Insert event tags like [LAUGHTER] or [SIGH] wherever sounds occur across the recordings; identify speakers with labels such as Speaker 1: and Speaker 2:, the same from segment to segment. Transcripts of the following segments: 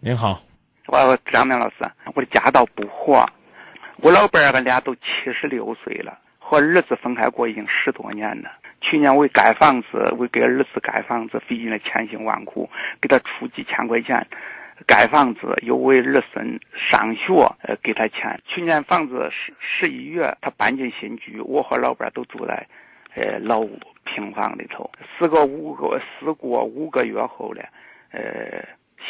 Speaker 1: 您好，
Speaker 2: 我张明老师，我的家道不和，我老伴儿俺俩都七十六岁了，和儿子分开过已经十多年了。去年为盖房子，为给儿子盖房子费尽了千辛万苦，给他出几千块钱盖房子，又为儿孙上学呃给他钱。去年房子十十一月他搬进新居，我和老伴儿都住在呃老屋平房里头。四个五个四过五个月后呢，呃。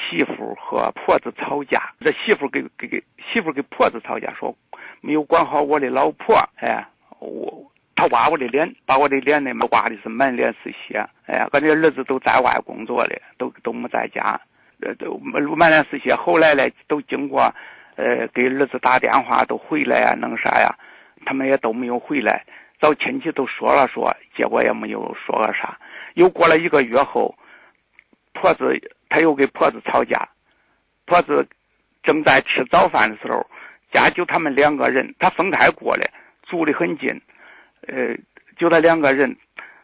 Speaker 2: 媳妇和婆子吵架，这媳妇给给给媳妇给婆子吵架，说没有管好我的老婆，哎，我她挖我的脸，把我的脸呢挖的是满脸是血，哎，俺这儿子都在外工作的，都都没在家，呃，都满脸是血。后来呢，都经过，呃，给儿子打电话都回来呀、弄啥呀，他们也都没有回来，找亲戚都说了说，结果也没有说个啥。又过了一个月后，婆子。他又跟婆子吵架，婆子正在吃早饭的时候，家就他们两个人，他分开过来，住的很近，呃，就他两个人，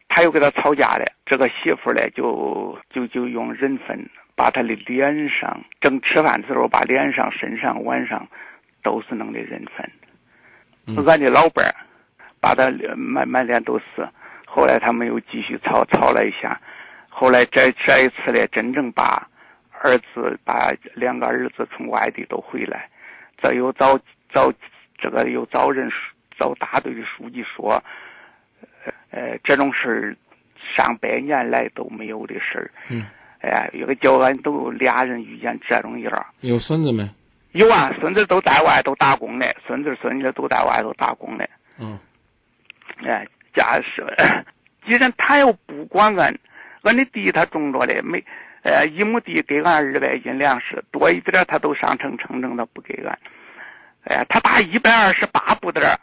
Speaker 2: 他又跟他吵架了。这个媳妇呢，就就就用人粪把他的脸上，正吃饭的时候，把脸上、身上、碗上都是弄的人粪。俺的老伴儿把他满满脸都是。后来他们又继续吵，吵了一下。后来这这一次呢，真正把儿子把两个儿子从外地都回来，这又找找这个又找人找大队的书记说，呃，这种事儿上百年来都没有的事儿。
Speaker 1: 嗯，
Speaker 2: 哎呀，有个叫俺都俩人遇见这种样儿。
Speaker 1: 有孙子没？
Speaker 2: 有啊，孙子都在外头打工嘞，孙子孙女都在外头打工嘞。
Speaker 1: 嗯，
Speaker 2: 哎，家是，既然他又不管俺。俺的地他种着的，没，呃，一亩地给俺二百斤粮食，多一点他都上称称称，他不给俺。哎、呃，他打一百二十八步的，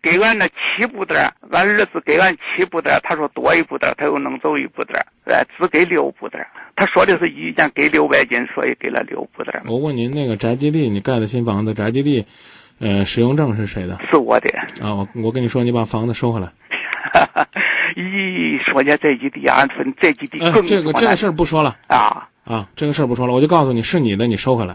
Speaker 2: 给俺那七步的，俺儿子给俺七步的，他说多一步的，他又能走一步的，哎、呃，只给六步的。他说的是一年给六百斤，所以给了六步的。
Speaker 1: 我问您，那个宅基地，你盖的新房子，宅基地，呃，使用证是谁的？
Speaker 2: 是我的。 [LAUGHS]
Speaker 1: 啊，我我跟你说，你把房子收回来。
Speaker 2: 一说起这几地安分，这几地
Speaker 1: 哎，
Speaker 2: 更
Speaker 1: 这个这个事儿不说了
Speaker 2: 啊
Speaker 1: 啊，这个事儿不说了，我就告诉你是你的，你收回来，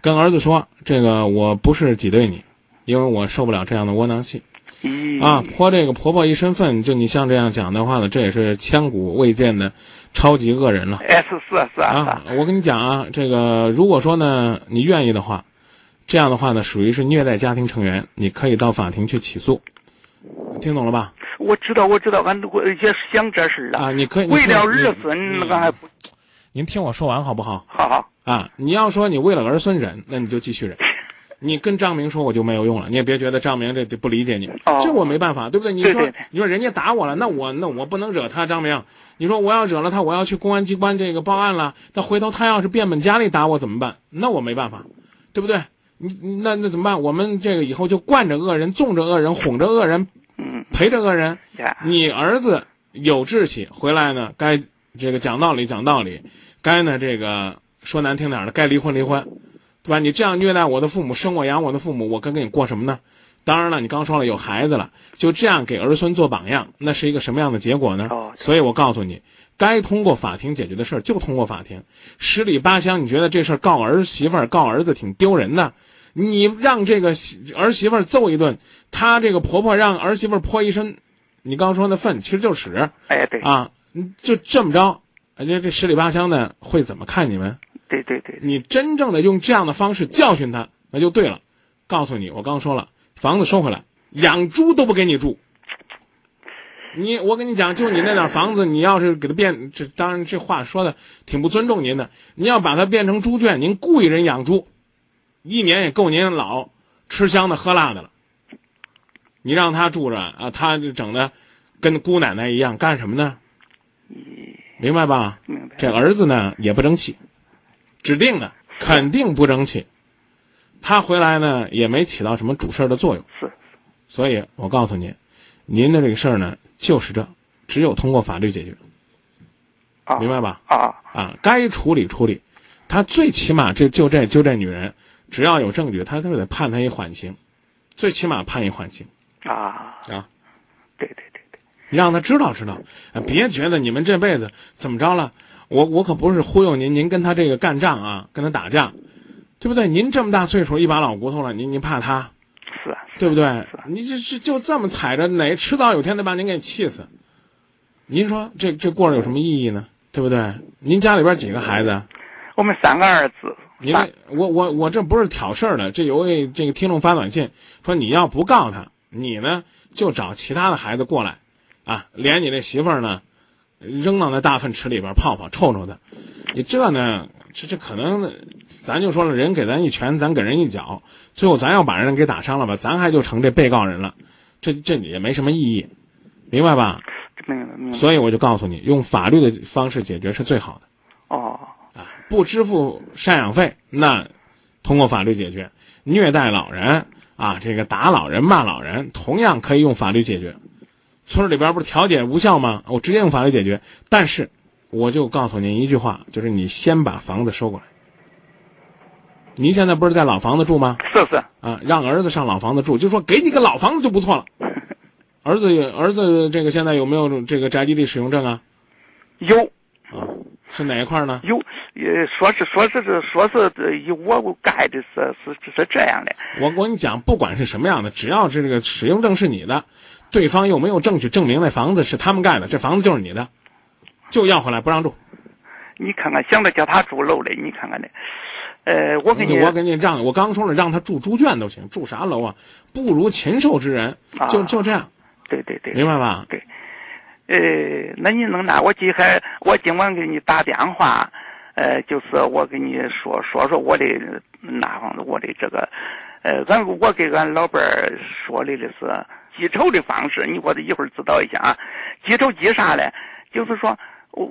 Speaker 1: 跟儿子说，这个我不是挤兑你，因为我受不了这样的窝囊气
Speaker 2: 咦
Speaker 1: 啊。泼这个婆婆一身粪，就你像这样讲的话呢，这也是千古未见的超级恶人了。
Speaker 2: 哎，是是是
Speaker 1: 啊，我跟你讲啊，这个如果说呢，你愿意的话，这样的话呢，属于是虐待家庭成员，你可以到法庭去起诉，听懂了吧？
Speaker 2: 我知道，我知道，俺我也想呃这事儿了
Speaker 1: 啊你可以
Speaker 2: 为了
Speaker 1: 你
Speaker 2: 儿孙，俺还不
Speaker 1: 您听我说完好不好？
Speaker 2: 好好。
Speaker 1: 啊，你要说你为了儿孙忍，那你就继续忍。你跟张明说我就没有用了，你也别觉得张明这不理解你，
Speaker 2: 哦
Speaker 1: 这我没办法，对不对？你
Speaker 2: 对
Speaker 1: 说
Speaker 2: 对对
Speaker 1: 你说人家打我了，那我那我不能惹他，张明，啊你说我要惹了他，我要去公安机关这个报案了，那回头他要是变本加厉打我怎么办？那我没办法，对不对？你你那那怎么办？我们这个以后就惯着恶人，纵着恶人，哄着恶人，
Speaker 2: 嗯，
Speaker 1: 陪着恶人，
Speaker 2: 呀，
Speaker 1: 你儿子有志气回来呢，该这个讲道理讲道理，该呢这个说难听点儿的，该离婚离婚，对吧？你这样虐待我的父母，生我养我的父母，我该跟你过什么呢？当然了，你刚说了有孩子了，就这样给儿孙做榜样，那是一个什么样的结果呢
Speaker 2: 哦？
Speaker 1: 所以我告诉你，该通过法庭解决的事儿就通过法庭，十里八乡，你觉得这事儿告儿媳妇儿、告儿子挺丢人的，你让这个媳儿媳妇儿揍一顿，她这个婆婆让儿媳妇儿泼一身你刚说那粪其实就是屎
Speaker 2: 哎，对，
Speaker 1: 啊，就这么着，人家这十里八乡的会怎么看你们？
Speaker 2: 对对对，
Speaker 1: 你真正的用这样的方式教训他，那就对了。告诉你，我刚说了，房子收回来，养猪都不给你住。你，我跟你讲，就你那点房子，你要是给它变，这当然这话说的挺不尊重您的。您要把它变成猪圈，您雇一人养猪，一年也够您老吃香的喝辣的了。你让他住着啊，他就整的跟姑奶奶一样，干什么呢？明白吧？
Speaker 2: 明白。
Speaker 1: 这儿子呢也不争气，指定的肯定不争气。他回来呢也没起到什么主事儿的作用，
Speaker 2: 是
Speaker 1: 所以我告诉您，您的这个事儿呢就是这，只有通过法律解决，
Speaker 2: 啊，
Speaker 1: 明白吧？
Speaker 2: 啊，
Speaker 1: 啊，该处理处理。他最起码这就这就这女人，只要有证据，他就得判她一缓刑，最起码判一缓刑。
Speaker 2: 啊
Speaker 1: 啊，
Speaker 2: 对对对对，
Speaker 1: 你让他知道知道，呃别觉得你们这辈子怎么着了，我我可不是忽悠您，您跟他这个干仗啊，跟他打架，对不对？您这么大岁数，一把老骨头了，您您怕他，
Speaker 2: 是啊，
Speaker 1: 对不对
Speaker 2: 是？
Speaker 1: 你这是就这么踩着，哪迟早有天得把您给气死。您说这这过着有什么意义呢？对不对？您家里边几个孩子啊？
Speaker 2: 我们三个儿子，
Speaker 1: 您
Speaker 2: 三
Speaker 1: 这我我我这不是挑事儿的，这有位这个听众发短信说，你要不告他，你呢就找其他的孩子过来，啊，连你这媳妇儿呢，扔到那大粪池里边泡泡臭臭的，你这呢，这这可能，咱就说了，人给咱一拳，咱给人一脚，最后咱要把人给打伤了吧，咱还就成这被告人了，这这也没什么意义，明白吧？
Speaker 2: 明白明白。
Speaker 1: 所以我就告诉你，用法律的方式解决是最好的。
Speaker 2: 哦，
Speaker 1: 不支付赡养费，那通过法律解决；虐待老人啊，这个打老人、骂老人，同样可以用法律解决。村儿里边不是调解无效吗？我直接用法律解决。但是，我就告诉您一句话，就是你先把房子收过来。您现在不是在老房子住吗？
Speaker 2: 是是，
Speaker 1: 啊，让儿子上老房子住，就说给你个老房子就不错了。儿子也，儿子这个现在有没有这个宅基地使用证啊？
Speaker 2: 有
Speaker 1: 是哪一块呢？
Speaker 2: 有，呃，说是说是是说是呃以我盖的是是是这样的，
Speaker 1: 我我跟你讲，不管是什么样的，只要是这个使用证是你的，对方又没有证据证明那房子是他们盖的，这房子就是你的，就要回来不让住。
Speaker 2: 你看看，想着叫他住楼嘞，你看看嘞，呃，我给你，
Speaker 1: 我给你让，我刚说了，让他住猪圈都行，住啥楼啊？不如禽兽之人，就
Speaker 2: 啊
Speaker 1: 就这样，
Speaker 2: 对对对，
Speaker 1: 明白吧？
Speaker 2: 呃，那你能拿我今还我今晚给你打电话，呃，就是我给你说说说我的哪方面我的这个，呃，俺我给俺老伴儿说的的是记仇的方式，你我得一会儿指导一下啊。记仇记啥嘞？就是说，我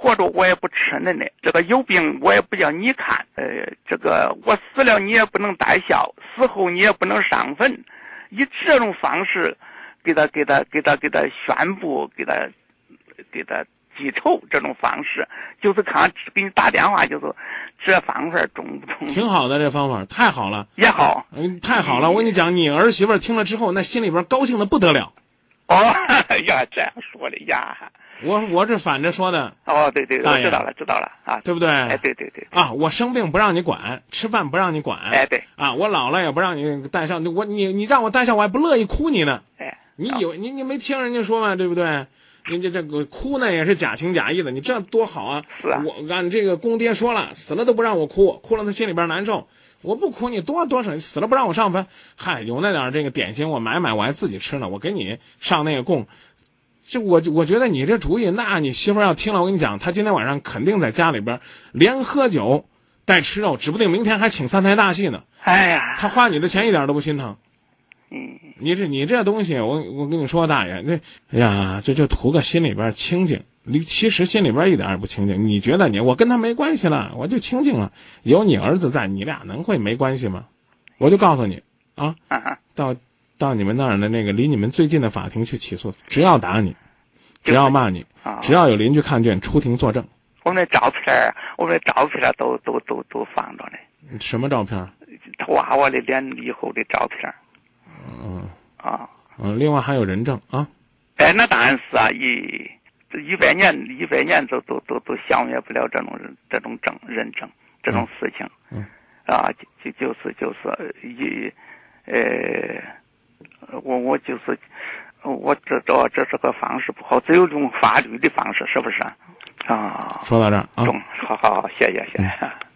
Speaker 2: 活着我也不吃恁的，这个有病我也不叫你看，呃，这个我死了你也不能带孝，死后你也不能上坟，以这种方式。给他给他给他给他宣布，给他给他记仇这种方式，就是看给你打电话，就是这方法中不中
Speaker 1: 挺好的这方法，太好了，
Speaker 2: 也好
Speaker 1: 嗯，太好了。我跟你讲，你儿媳妇儿听了之后，那心里边高兴的不得了。
Speaker 2: 哦 [LAUGHS] 呀，这样说的呀，
Speaker 1: 我我这反着说的，
Speaker 2: 哦对对，我
Speaker 1: 大爷
Speaker 2: 知道了知道了啊，
Speaker 1: 对不对？
Speaker 2: 哎对对对，
Speaker 1: 啊，我生病不让你管，吃饭不让你管，
Speaker 2: 哎对，
Speaker 1: 啊，我老了也不让你带孝，我你你让我带孝，我还不乐意哭你呢。
Speaker 2: 哎
Speaker 1: 你有你你没听人家说吗？对不对？人家这个哭呢也是假情假意的，你这多好啊！
Speaker 2: 是啊
Speaker 1: 我俺这个公爹说了，死了都不让我哭，哭了他心里边难受。我不哭你多多省，死了不让我上坟。嗨，有那点儿这个点心我买买我还自己吃呢，我给你上那个供。这我我觉得你这主意，那你媳妇儿要听了，我跟你讲，她今天晚上肯定在家里边儿连喝酒带吃肉，指不定明天还请三台大戏呢。
Speaker 2: 哎呀，
Speaker 1: 她花你的钱一点都不心疼。
Speaker 2: 嗯，
Speaker 1: 你这你这东西，我我跟你说，大爷，这哎呀，这就图个心里边清静。你其实心里边一点也不清静。你觉得你我跟他没关系了，我就清静了。有你儿子在，你俩能会没关系吗？我就告诉你啊，
Speaker 2: 啊哈，
Speaker 1: 到到你们那儿的那个离你们最近的法庭去起诉，只要打你，只要骂你，
Speaker 2: 啊，
Speaker 1: 只要有邻居看见，出庭作证。
Speaker 2: 我们的照片儿，我们的照片儿都都都都放着呢，
Speaker 1: 什么照片儿？
Speaker 2: 娃娃的脸以后的照片儿，
Speaker 1: 嗯
Speaker 2: 啊。
Speaker 1: 嗯，另外还有人证啊。
Speaker 2: 哎，那当然是啊，一这一百年一百年都都都都消灭不了这种人这种证认证这种事情。
Speaker 1: 嗯
Speaker 2: 啊，就就就是就是呃一呃，我我就是我这这这这个方式不好，只有用法律的方式，是不是？啊，
Speaker 1: 说到这儿啊，
Speaker 2: 中，好好好，谢谢谢谢。